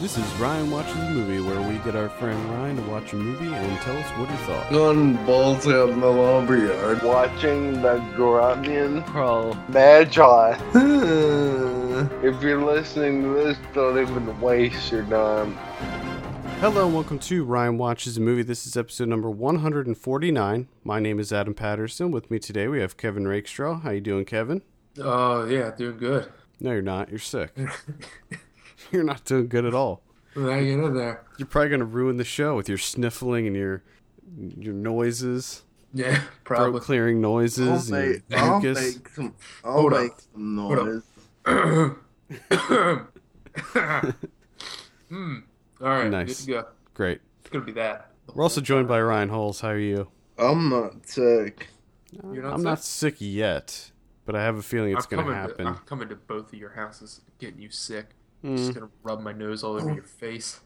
This is Ryan Watches a Movie, where we get our friend Ryan to watch a movie and tell us what he thought. Gun balls out in the lumber yard. watching the Grunion Pro. Magi. Hello, If you're listening to this, don't even waste your time. Hello and welcome to Ryan Watches a Movie. This is episode number 149. My name is Adam Patterson. With me today we have Kevin Rakestraw. How you doing, Kevin? Oh yeah, doing good. No, you're not. You're sick. you're not doing good at all. Now you know there. You're probably gonna ruin the show with your sniffling and your your noises, Yeah, throat probably. clearing I'll noises, and make, your I'll mucus. make some, I'll Hold up. make some Hold up. noise. hmm. All right. Nice. Good to go. Great. It's gonna be that. We're also joined by Ryan Holes. How are you? I'm not sick. You're I'm not sick yet, but I have a feeling it's I'm gonna coming happen. To, I'm coming to both of your houses, getting you sick. Mm, Just gonna rub my nose all over your face.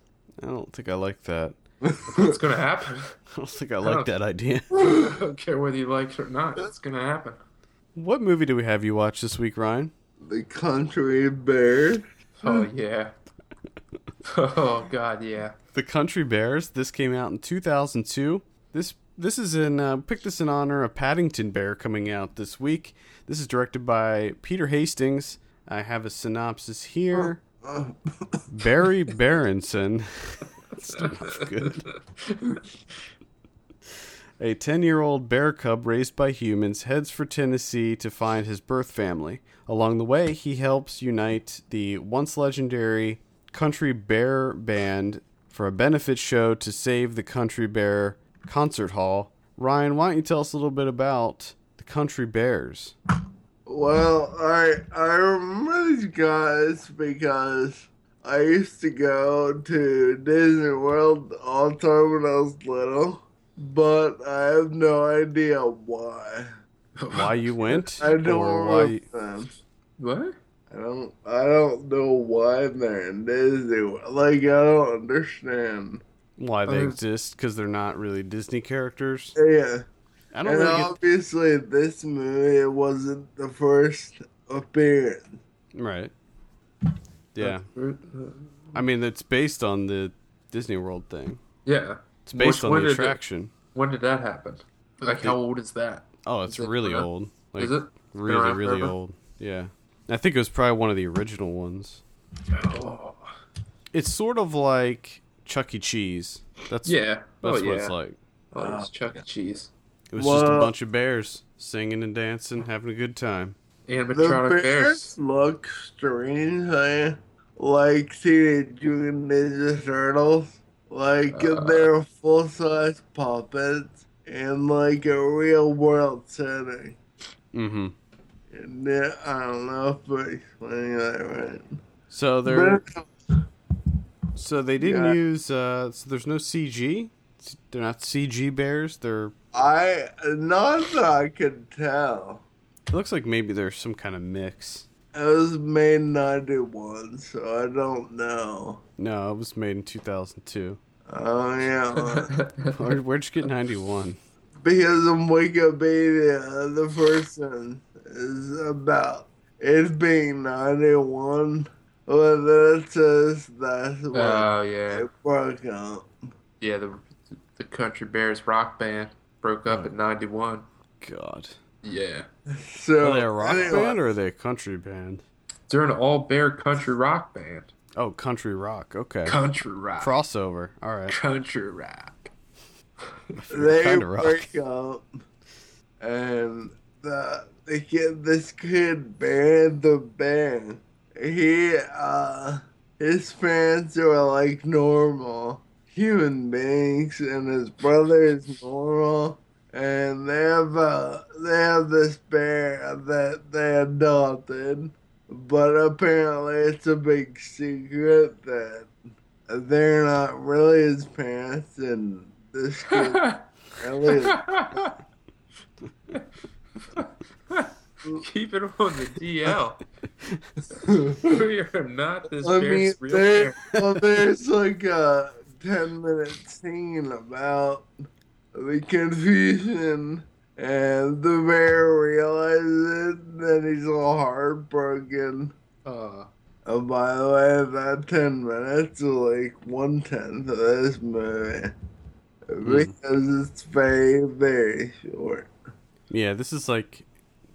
I don't think I like that. It's gonna happen. I don't think I like don't- that idea. I don't care whether you like it or not. It's gonna happen. What movie do we have you watch this week, Ryan? The country bear. Oh Mm. yeah. Oh god, yeah. The Country Bears. This came out in 2002. This this is in uh, picked this in honor of Paddington Bear coming out this week. This is directed by Peter Hastings. I have a synopsis here. Oh, Barry Berenson. That's not good. A 10 year old bear cub raised by humans heads for Tennessee to find his birth family. Along the way, he helps unite the once legendary Country Bear Band for a benefit show to save the Country Bear Concert Hall. Ryan, why don't you tell us a little bit about the Country Bears? Well, I I remember these guys because I used to go to Disney World all the time when I was little, but I have no idea why. Why you went? I don't or why remember you- them. What? I don't I don't know why they're in Disney. World. Like I don't understand. why they Uh, exist? Because they're not really Disney characters. Yeah, I don't and really get obviously this movie wasn't the first appearance. Right. Yeah. I mean, it's based on the Disney World thing. Yeah. It's based Which- on when the did it- attraction. When did that happen? Like, how old is that? Oh, it's is it really around- old. Like, is it? Been Really, around really forever? old. Yeah. I think it was probably one of the original ones. Oh, It's sort of like Chuck E. Cheese. That's yeah. That's oh, what yeah. it's like. Oh, it was Chuck E. Cheese. It was just a Well- bunch of bears singing and dancing, having a good time. The Animatronic bears, bears. look strangely like Teenage Mutant Ninja Turtles. Like Uh. they're full size puppets in like a real world setting. Mm-hmm. And then- I don't know if I'm explaining that right. So they're But- so they didn't Yeah. use uh so there's no CG. S- They're not CG bears. They're I not that I could tell. it looks like maybe there's some kind of mix. It was made ninety one, so I don't know. No, it was made in 2002. Oh yeah, Where, where'd you get 91? because on Wikipedia, the person is about it being ninety one. But that says that's when oh yeah, Uh, it broke up. yeah. The the Country Bears rock band broke up at '91. God. Yeah, So Are they a rock anyway, band or are they a country band? they're an all bear country rock band. Oh, country rock. Okay. Country rock. Crossover. All right. country rock. they Kinda rock. break up, and the the kid, this kid banned the band. He uh, his parents were like normal human beings, and his brother is normal. And they have uh, they have this bear that they adopted, but apparently it's a big secret that they're not really his parents, and this kid really Keep it on the DL. we are not this I mean, bear's real there, bear. well, there's like a 10 minute scene about the confusion, and the bear realizes it, and then he's all heartbroken. Uh, Oh, by the way, about 10 minutes or like one tenth of this movie. Because it's very, very short. Yeah, this is like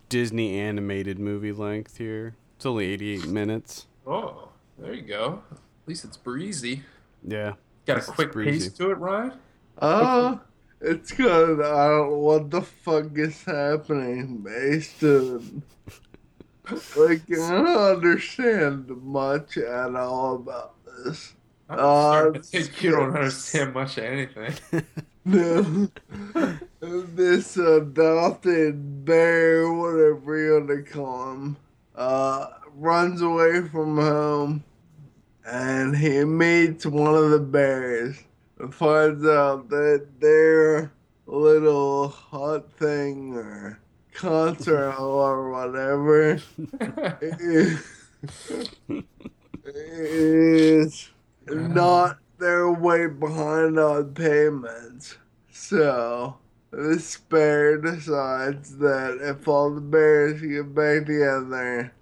Disney animated movie length here. It's only 88 minutes. Oh, there you go. At least it's breezy. Yeah. Got a This is quick breezy. pace to it, Ryan. Oh, it's good. I don't what the fuck is happening, Mason. Like, I don't understand much at all about this. I'm Uh, starting to think you don't yes. understand much of anything. No. this adopted bear, whatever you want to call him, uh, runs away from home and he meets one of the bears and finds out that their little hot thing or concert hall or whatever Um, is is not they're way behind on payments. So this bear decides that if all the bears get back together,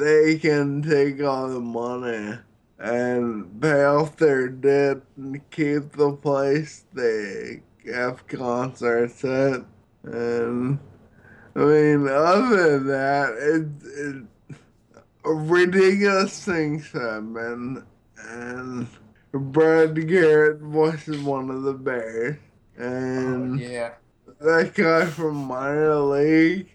they can take all the money and pay off their debt and keep the place they have concerts at. And Um, I mean, other than that, it, it ridiculous things happen, and Brad Garrett voices one of the bears, Oh, and yeah. that guy from minor league,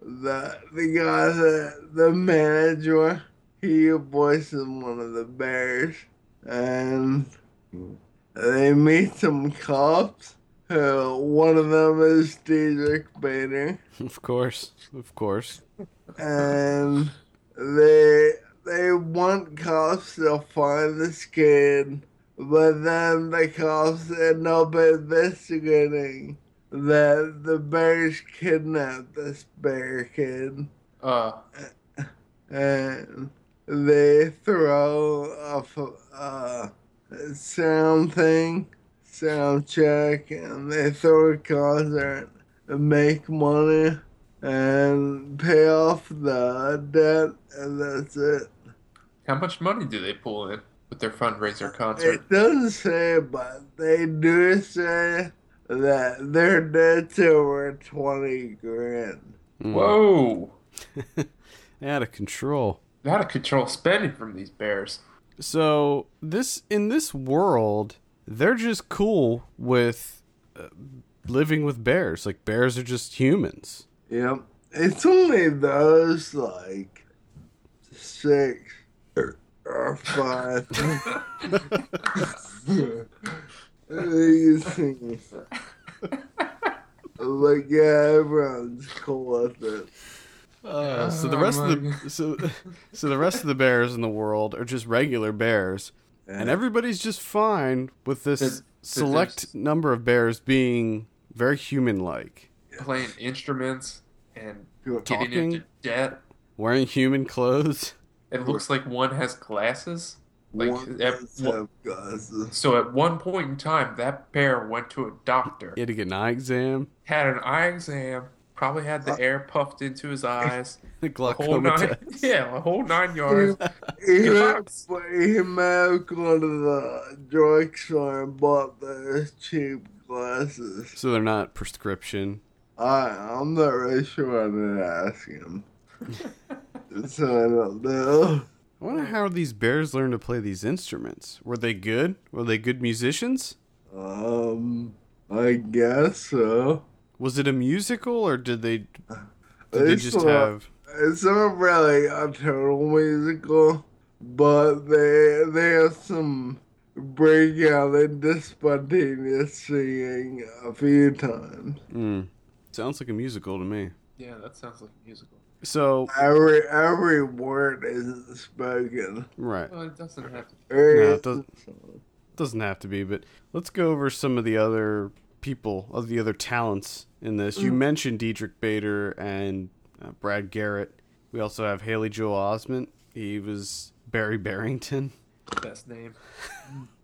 the the guy that the manager, he voices one of the bears, and they meet some cops. Uh, one of them is Dedrick Bader Of course. Of course. and they they want cops to find this kid, but then the cops end up investigating that the bears kidnapped this bear kid, Uh, and they throw a f- a, sound thing, sound check, and they throw a concert and make money and pay off the debt, and that's it. how much money do they pull in with their fundraiser concert? It doesn't say, but they do say that their debt's over 20 grand. Mm. Whoa! Out of control. Out of control spending from these bears. So this in this world, they're just cool with uh, living with bears. Like bears are just humans. Yep. It's only those like six or five. You see. like, yeah, everyone's cool with it. Uh, so the Oh rest of my the so so the rest of the bears in the world are just regular bears, and everybody's just fine with this That- that select there's- number of bears being very human-like, Playing instruments and Talking? getting into debt. wearing human clothes. It looks like one has glasses. Like One at, does have glasses. so at one point in time, that bear went to a doctor, You had to get an eye exam, had an eye exam, probably had the air puffed into his eyes. the A whole glaucoma nine, test. yeah, a whole nine yards. He Yeah. he may have gone to the drugstore and bought those cheap glasses. So they're not prescription. I, I'm not really sure I didn't ask him. so I don't know. I wonder how these bears learn to play these instruments. Were they good? Were they good musicians? Um, I guess so. Was it a musical, or did they did they It's just not- have? It's not really a total musical, but they they have some breakout into spontaneous singing a few times. Mm, sounds like a musical to me. yeah, that sounds like a musical. So Every every word isn't spoken. right, Well, it doesn't have to. There No, is it doesn't have to be. But let's go over some of the other people, of the other talents in this. You mentioned Diedrich Bader and uh, Brad Garrett. We also have Haley Joel Osment. He was Barry Barrington. Best name.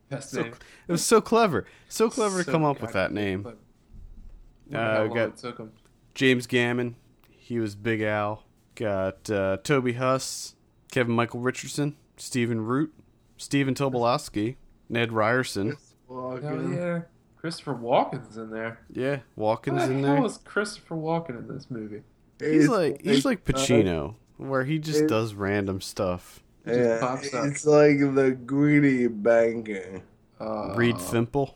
Best So, name. it was so clever, so clever to So come up with that name. goddamn clever. Uh, Wonder how we long got- it took 'em. James Gammon, he was Big Al. Got uh, Toby Huss, Kevin Michael Richardson, Stephen Root, Stephen Tobolowsky, Ned Ryerson. Oh Walken. yeah, Christopher Walken's in there. Yeah, What Walken's the in hell there. is Christopher Walken in this movie? He's It's- like he's like Pacino, where he just it- does random stuff. He just pops up. It's like the greedy banker. Uh, Reed Thimple.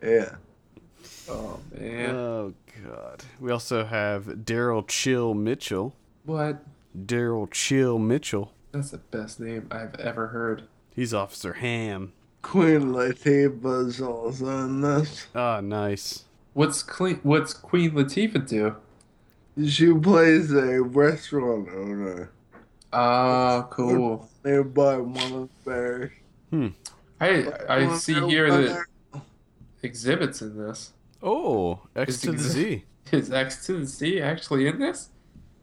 Yeah. Oh man, Oh God. We also have Daryl Chill Mitchell. what? Daryl Chill Mitchell. That's the best name I've ever heard. He's Officer Ham. Queen Latifah's also in this. Ah, nice. What's clean? What's Queen Latifah do? She plays a restaurant owner Ah, cool. nearby one of their. I Oh, I see here that exhibits in this. Oh, X Is to the the- Z. Is X to the Z actually in this?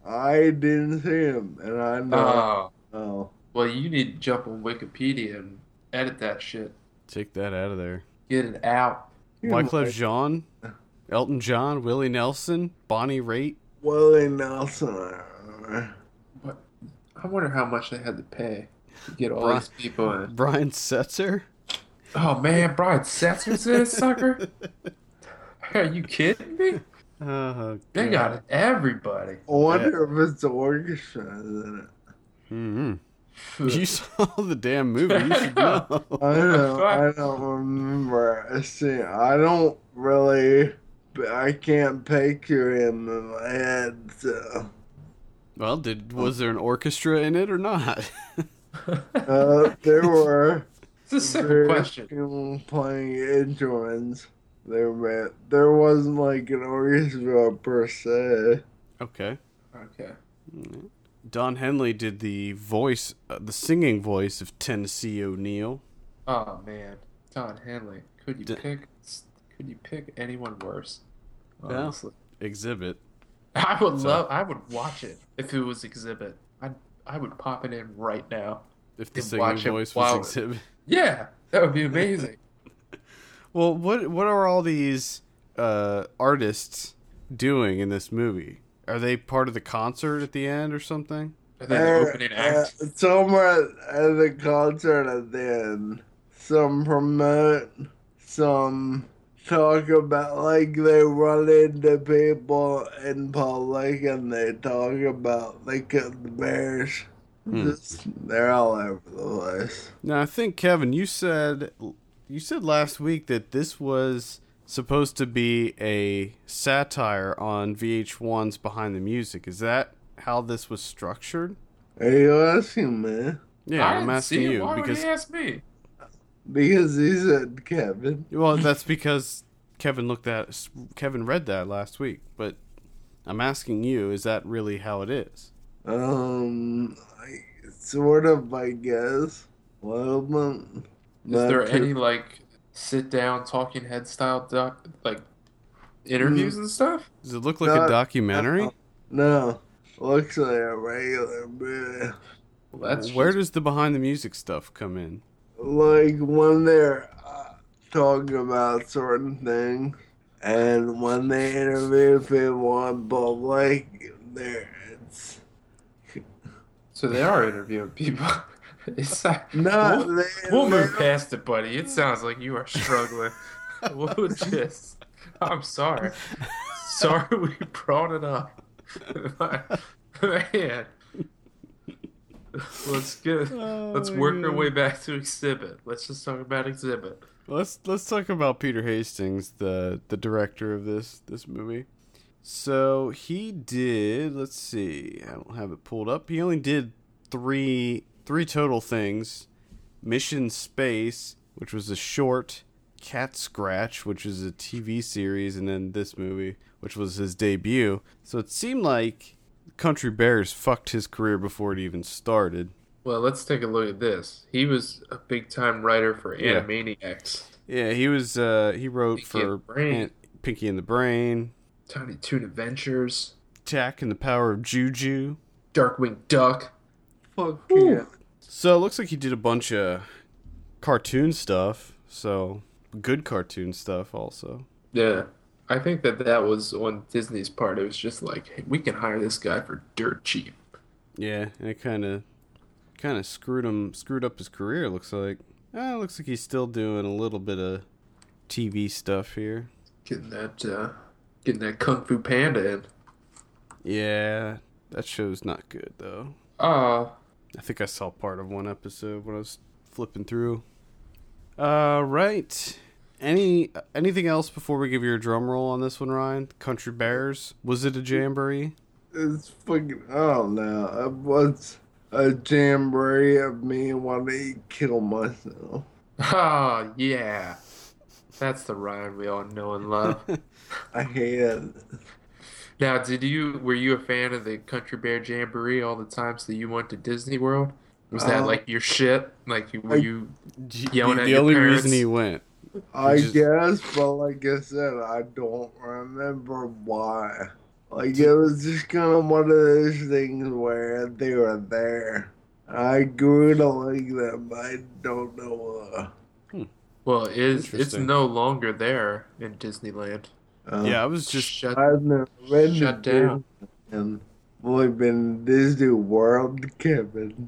I didn't see him, and I know. Oh, oh. well, you need to jump on Wikipedia and edit that shit. Take that out of there. Get it out. Wyclef Jean, Elton John, Willie Nelson, Bonnie Raitt. Willie Nelson. What? I wonder how much they had to pay to get all Bri- these people in. Brian Setzer. Oh man, Brian Setzer's in this sucker. Are you kidding me? Oh, They got everybody. I wonder if it's orchestra, isn't it? hmm You saw the damn movie. You should know. I don't, I don't remember. I See, I don't really. I can't picture him in my head, so. Well, did was there an orchestra in it or not? Uh, there were. It's a simple very question. few playing instruments. There, were- there wasn't like an orchestra per se. okay. Okay. Don Henley did the voice, uh, the singing voice of Tennessee O'Neill. Oh man, Don Henley. Could you D- pick? Could you pick anyone worse? Yeah. Honestly, Exhibit. I would love. I would watch it if it was exhibit. I I would pop it in right now. If the And singing watch him voice was while- exhibit. Yeah, that would be amazing. Well, what what are all these uh, artists doing in this movie? Are they part of the concert at the end or something? And then There- the opening act. uh, somewhere at the concert at the end, some promote, some talk about like they run into people in public and they talk about they cut the bears. Hmm. Just, they're all over the place. Now, I think Kevin, you said you said last week that this was supposed to be a satire on VH1's Behind the Music. Is that how this was structured? Are you asking me? Yeah, I am didn't see asking it. you Why would because he ask me? Because he said Kevin. well, that's because Kevin looked that Kevin read that last week, but I'm asking you, is that really how it is? Um, I, sort of, I guess. Well, um, Is not there too- any like sit down talking head style doc like interviews Hmm. and stuff? Does it look like No, a documentary? oh, No, looks like a regular movie. Well, that's Where just- does the behind the music stuff come in? Like when they're uh, talking about certain things, and when they interview people in public, there it's so they are interviewing people. it's like, no. we'll, they, we'll they- move past it, buddy. It sounds like you are struggling. we'll just. I'm sorry. Sorry we brought it up. Man. Let's get. Oh, Let's work our way back to exhibit. Let's just talk about exhibit. Let's let's talk about Peter Hastings, the the director of this this movie. So he did. Let's see. I don't have it pulled up. He only did three three total things: Mission Space, which was a short, Cat Scratch, which is a TV series, and then this movie, which was his debut. So it seemed like Country Bears fucked his career before it even started. Well, let's take a look at this. He was a big time writer for Yeah. Animaniacs, Yeah, he was. Uh, he wrote Pinky and for the Brain. Ant- Pinky and the Brain, Tiny Toon Adventures, Jack and the Power of Juju. Darkwing Duck. Fuck Ooh. yeah. So it looks like he did a bunch of cartoon stuff. So good cartoon stuff also. Yeah, I think that that was on Disney's part. It was just like hey, we can hire this guy for dirt cheap. Yeah, and it kind of kind of screwed him, screwed up his career. Looks like. Ah, looks like he's still doing a little bit of TV stuff here. Getting that, uh, getting that Kung Fu Panda in. Yeah, that show's not good though. Oh, I think I saw part of one episode when I was flipping through. Uh, right. Any anything else before we give you a drum roll on this one, Ryan? Country Bears. Was it a jamboree? It's fucking. I don't know. It was a jamboree of me wanting to kill myself. oh yeah. That's the Ryan we all know and love. I hate it. now, did you were you a fan of the Country Bear Jamboree all the times that you went to Disney World? Was that Uh, like your shit? Like you, were I- you G- Yelling the at the your only parents. reason he went. I Just- guess, but like I said, I don't remember why. Like it was just kind of one of those things where they were there. I grew to like them. I don't know uh, why. well, it is it's Interesting. no longer there in Disneyland. Oh. Uh, Yeah, I was just Just shut. I've never been Shut to down. Disney, And I've only been to Disney World, Kevin.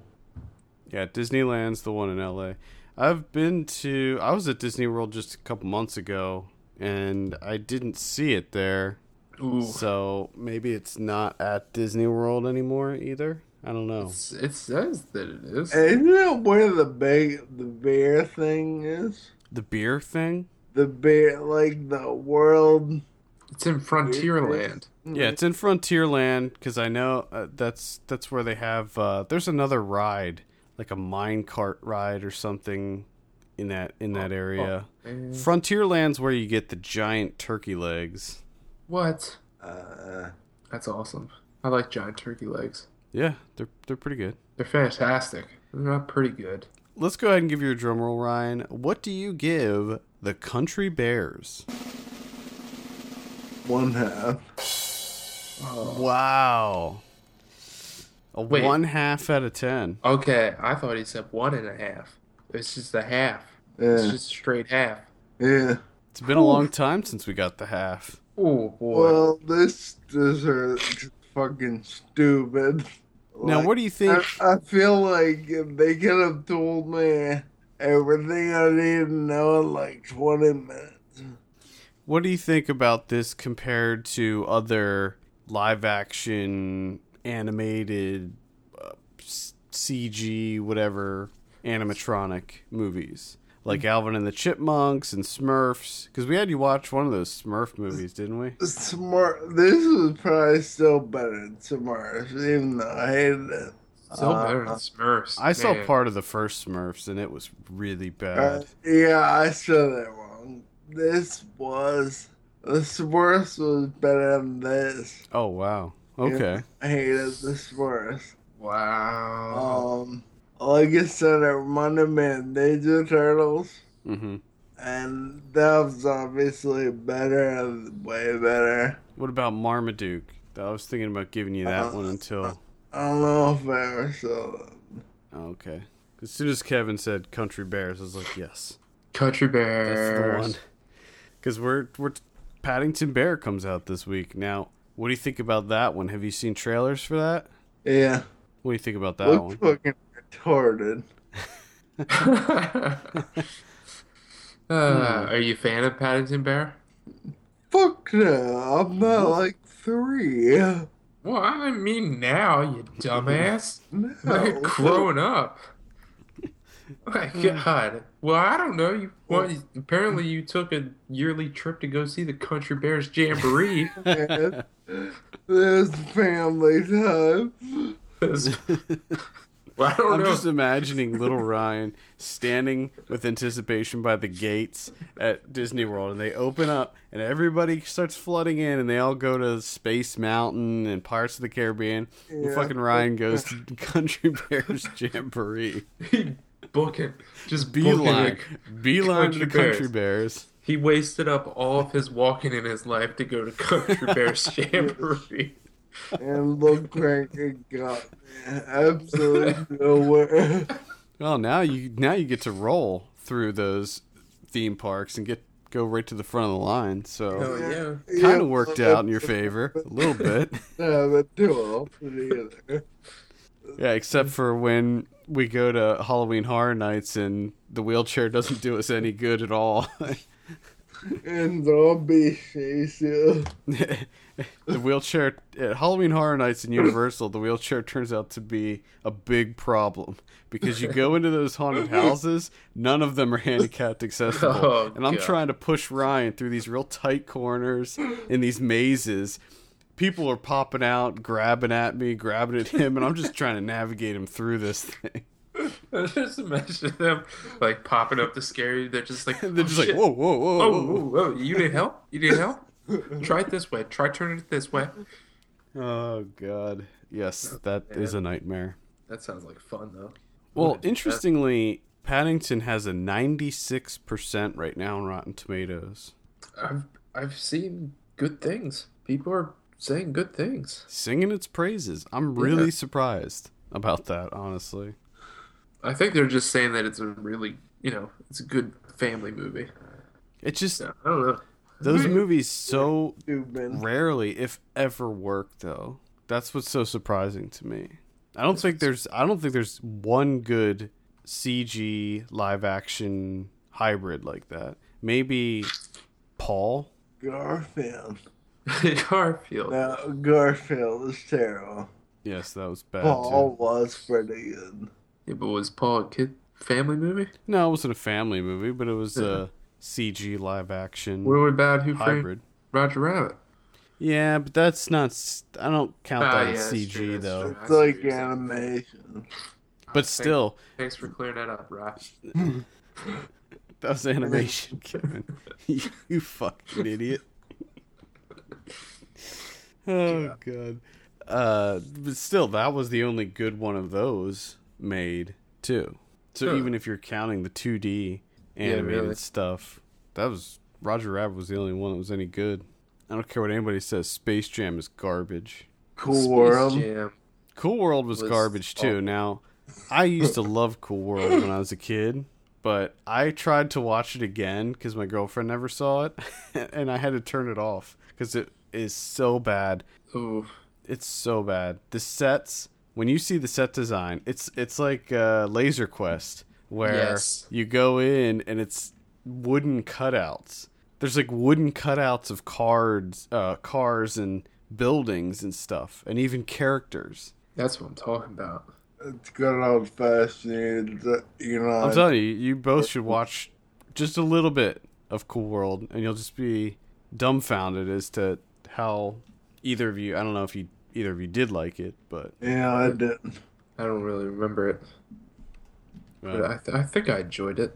yeah. Disneyland's the one in L.A. I've been to. I was at Disney World just a couple months ago, and I didn't see it there. Ooh, So maybe it's not at Disney World anymore either. I don't know. it's, it says that it is. Isn't that where the big the bear thing is? The beer thing. The bear, like the world. It's in Frontierland. Yeah, it's in Frontierland because I know uh, that's that's where they have. Uh, there's another ride, like a mine cart ride or something, in that in that area. Eh, Frontierland's where you get the giant turkey legs. What? Uh, That's awesome. I like giant turkey legs. Yeah, they're they're pretty good. They're fantastic. They're not pretty good. Let's go ahead and give you a drum roll, Ryan. What do you give the Country Bears? one half. Oh. Wow, a Wait. one half out of ten. Okay, I thought he said one and a half. It's just a half. It's Yeah. just straight half. yeah. It's been a long time since we got the half. Oh boy. Well, this dessert is fucking stupid. Now, Like, uh, what do you think? I, I feel like if they could have told me everything I need to know in like 20 minutes. What do you think about this compared to other live action, animated, uh, s- CG, whatever, animatronic movies? Like Alvin and the Chipmunks and Smurfs? Because we had you watch one of those Smurf movies, didn't we? Smart. This was probably still better than Smurfs, even though I hated it. so uh, better than Smurfs. I saw man. part of the first Smurfs and it was really Uh, bad. yeah, I said that wrong. This was. The Smurfs was better than this. Oh, wow. Okay. I hated the Smurfs. Oh. Wow. Um, like I said, it reminded me of Ninja Turtles, hmm and that was obviously better, way better. What about Marmaduke? I was thinking about giving you that Uh, one until. oh, I don't know if I ever saw that. Okay. As soon as Kevin said Country Bears, I was like, yes. Country That's the Bears. one. Because we're we're Paddington Bear comes out this week. Now, what do you think about that one? Have you seen trailers for that? Yeah, What do you think about that look one? fucking retarded. uh, Hmm. Are you a fan of Paddington Bear? Fuck no, I'm not like three. No, Well, I mean now, you dumbass. Like, no, grown up. My Hmm. God. Well, I don't know. You well, apparently you took a yearly trip to go see the Country Bears Jamboree. man. There's family time. That's- well, I don't I'm know. just imagining little Ryan standing with anticipation by the gates at Disney World, and they open up, and everybody starts flooding in, and they all go to Space Mountain and Pirates of the Caribbean. And Yeah. fucking Ryan goes to Country Bears Jamboree. book it. Just book it. Beeline, beeline to the Country Country Bears. He wasted up all of his walking in his life to go to Country Bears Jamboree. And look like it got absolutely nowhere. Well, now you now you get to roll through those theme parks and get go right to the front of the line. So Oh, Yeah, kind of worked well, out in your favor a little bit. I haven't too often either. yeah, except for when we go to Halloween Horror Nights and the wheelchair doesn't do us any good at all. And zombies chase you. the wheelchair at Halloween Horror Nights in Universal, the wheelchair turns out to be a big problem because you go into those haunted houses, none of them are handicapped accessible, Oh, and I'm God. trying to push Ryan through these real tight corners in these mazes. People are popping out, grabbing at me, grabbing at him, and I'm just trying to navigate him through this thing. I just imagine them like popping up the scary. They're just like And they're "Oh, just shit. like, whoa, whoa, whoa, Oh, whoa, whoa. oh, oh, you need help? You need help? Try it this way. Try turning it this way. Oh god. Yes, that is a nightmare. That sounds like fun though. Well, Okay. interestingly, Paddington has a 96% right now on Rotten Tomatoes. I've I've seen good things. People are saying good things. Singing its praises. I'm really surprised about that, honestly. I think they're just saying that it's a really you know it's a good family movie. It just Yeah, I don't know. those movies so Stupid. rarely if ever work though. That's what's so surprising to me. I don't think there's I don't think there's one good CG live action hybrid like that. Maybe Paul Garfield. Garfield. No, Garfield is terrible. Yes, that was bad. Paul Too. was pretty good. Yeah, but was Paul a kid family movie? No, it wasn't a family movie, but it was a CG live action What about Who Framed hybrid. Roger Rabbit? Yeah, but that's not. s- I don't count Ah, that yeah, as that's CG true, that's though. true. I It's see what like you're saying. animation. But still, Thanks for clearing that up, Ross. that was animation, Kevin. you fucking idiot. oh god. Uh, but still, that was the only good one of those made too. So Huh. even if you're counting the 2D animated really. stuff, that was Roger Rabbit was the only one that was any good. I don't care what anybody says. Space Jam is garbage. Cool World. Space Jam. Cool World was, Was- garbage too. oh. Now, I used to love Cool World when I was a kid, but I tried to watch it again because my girlfriend never saw it, and I had to turn it off because it is so bad. Ooh, It's so bad. The sets, when you see the set design, it's it's like uh, Laser Quest, where Yes. you go in and it's wooden cutouts. There's like wooden cutouts of cards, uh, cars, and buildings and stuff, and even characters. that's what I'm talking about. It's good old fashioned. You know, I'm telling you, you both should watch just a little bit of Cool World, and you'll just be dumbfounded as to how either of you. I don't know if you either of you did like it, but uh, yeah, I didn't. I don't really remember it, but uh, I, th- I think I enjoyed it.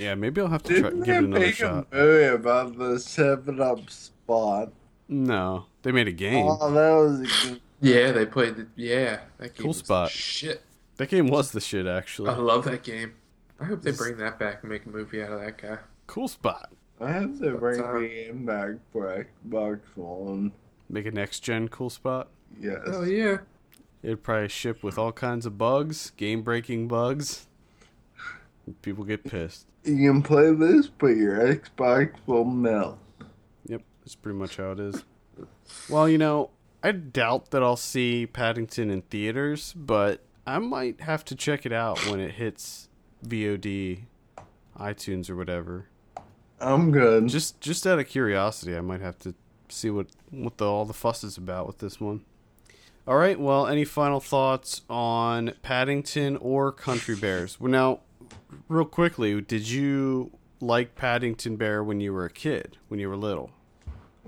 yeah, maybe I'll have to try, Didn't give they it another make shot. a movie about the Seven Up spot? No, they made a game. Oh, that was a good. Yeah, they played. The, yeah, that game Cool was the spot. Shit, that game was the shit, actually. I love that game. I hope they This- bring that back and make a movie out of that guy. cool spot. I have to bring uh, the game back for Xbox One. Make a next gen cool spot. Yes. Oh yeah, It'd probably ship with all kinds of bugs, game breaking bugs. People get pissed. You can play this, but your Xbox will melt. Yep, that's pretty much how it is. Well, you know, I doubt that I'll see Paddington in theaters, but I might have to check it out when it hits VOD, iTunes or whatever. I'm good. Just just out of curiosity, I might have to see what what the, all the fuss is about with this one. All right. Well, any final thoughts on Paddington or Country Bears? Well, now, real quickly, did you like Paddington Bear when you were a kid, when you were little?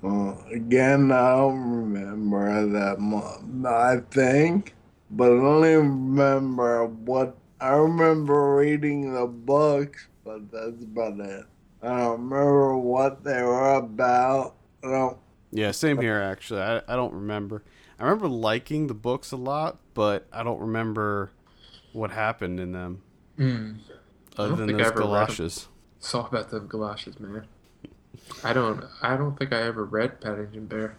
Well, uh, again, I don't remember that much. I think, but I don't even remember what. I remember reading the books, but that's about it. I don't remember what they were about. I don't. Yeah, same here actually. I, I don't remember. I remember liking the books a lot, but I don't remember what happened in them Hmm. other don't than think I those ever read 'em. galoshes. it's all about the galoshes, man. I don't. I don't think I ever read Paddington Bear.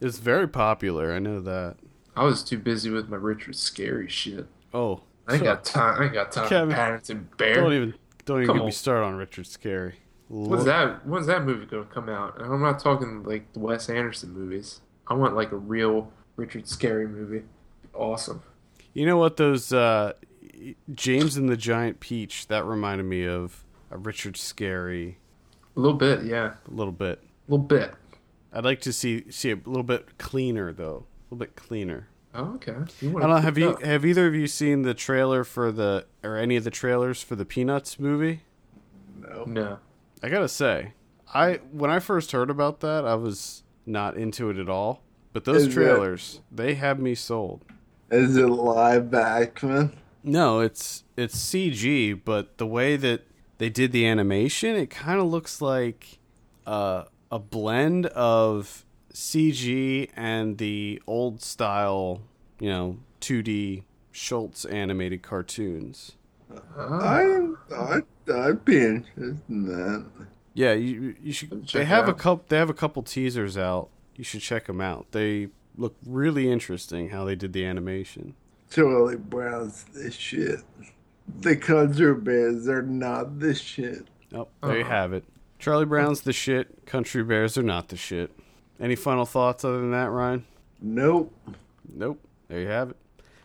It's very popular, I know that. I was too busy with my Richard Scary shit. Oh. I ain't so- got time. I ain't got time Kevin, for Paddington Bear. don't even don't even Come get me on. started on Richard Scary. Lo- When's that? When's that movie gonna come out? And I'm not talking like the Wes Anderson movies. I want like a real Richard Scary movie. Awesome. You know what those uh James and the Giant Peach. That reminded me of a Richard Scarry A little bit, yeah. a little bit. A little bit. I'd like to see see it a little bit cleaner though, a little bit cleaner. Oh, okay. You I wanna don't know. pick Have you up. have either of you seen the trailer for the or any of the trailers for the Peanuts movie? No. No. I gotta say, I when I first heard about that, I was not into it at all. But those Is it- trailers, they have me sold. Is it live action? No, it's it's CG, but the way that they did the animation, it kind of looks like uh, a blend of CG and the old style, you know, 2D Schultz animated cartoons. Oh. I, I, I'd be interested in that. Yeah, you you should. Check they it have a out. couple. They have a couple teasers out. You should check them out. They look really interesting how they did the animation. Charlie Brown's this shit. The Conjure Bears are not this shit. Oh, there you Uh-huh. have it. Charlie Brown's the shit. Country Bears are not the shit. Any final thoughts other than that, Ryan? Nope. Nope. There you have it.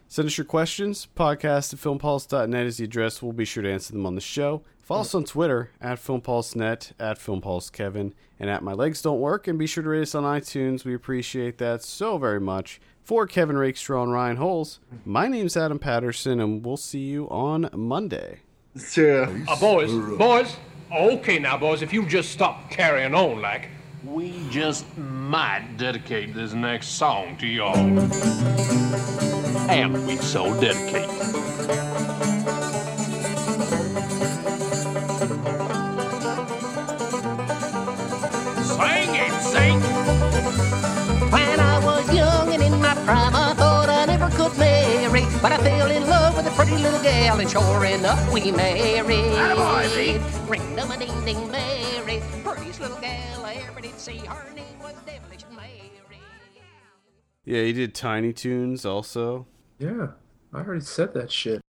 Send us your questions. Podcast at filmpulse.net is the address. We'll be sure to answer them on the show. Follow us on Twitter at filmpulsenet, at filmpulsekevin, and at my legs don't work. And be sure to rate us on iTunes. We appreciate that so very much. For Kevin Rakestraw and Ryan Holes, my name's Adam Patterson, and we'll see you on Monday. Sure. Uh, boys, boys, okay now, boys, if you just stop carrying on like, we just might dedicate this next song to y'all. And we so dedicate. Sing it, sing When I was young and in my prime, I thought I never could marry. But I fell in love with a pretty little gal, and sure enough, we married. Ring dum a ding ding, Mary. Prettiest little gal I ever did see. Her name was Devilish Mary. Yeah, he did Tiny Toons also. Yeah. I already said that shit.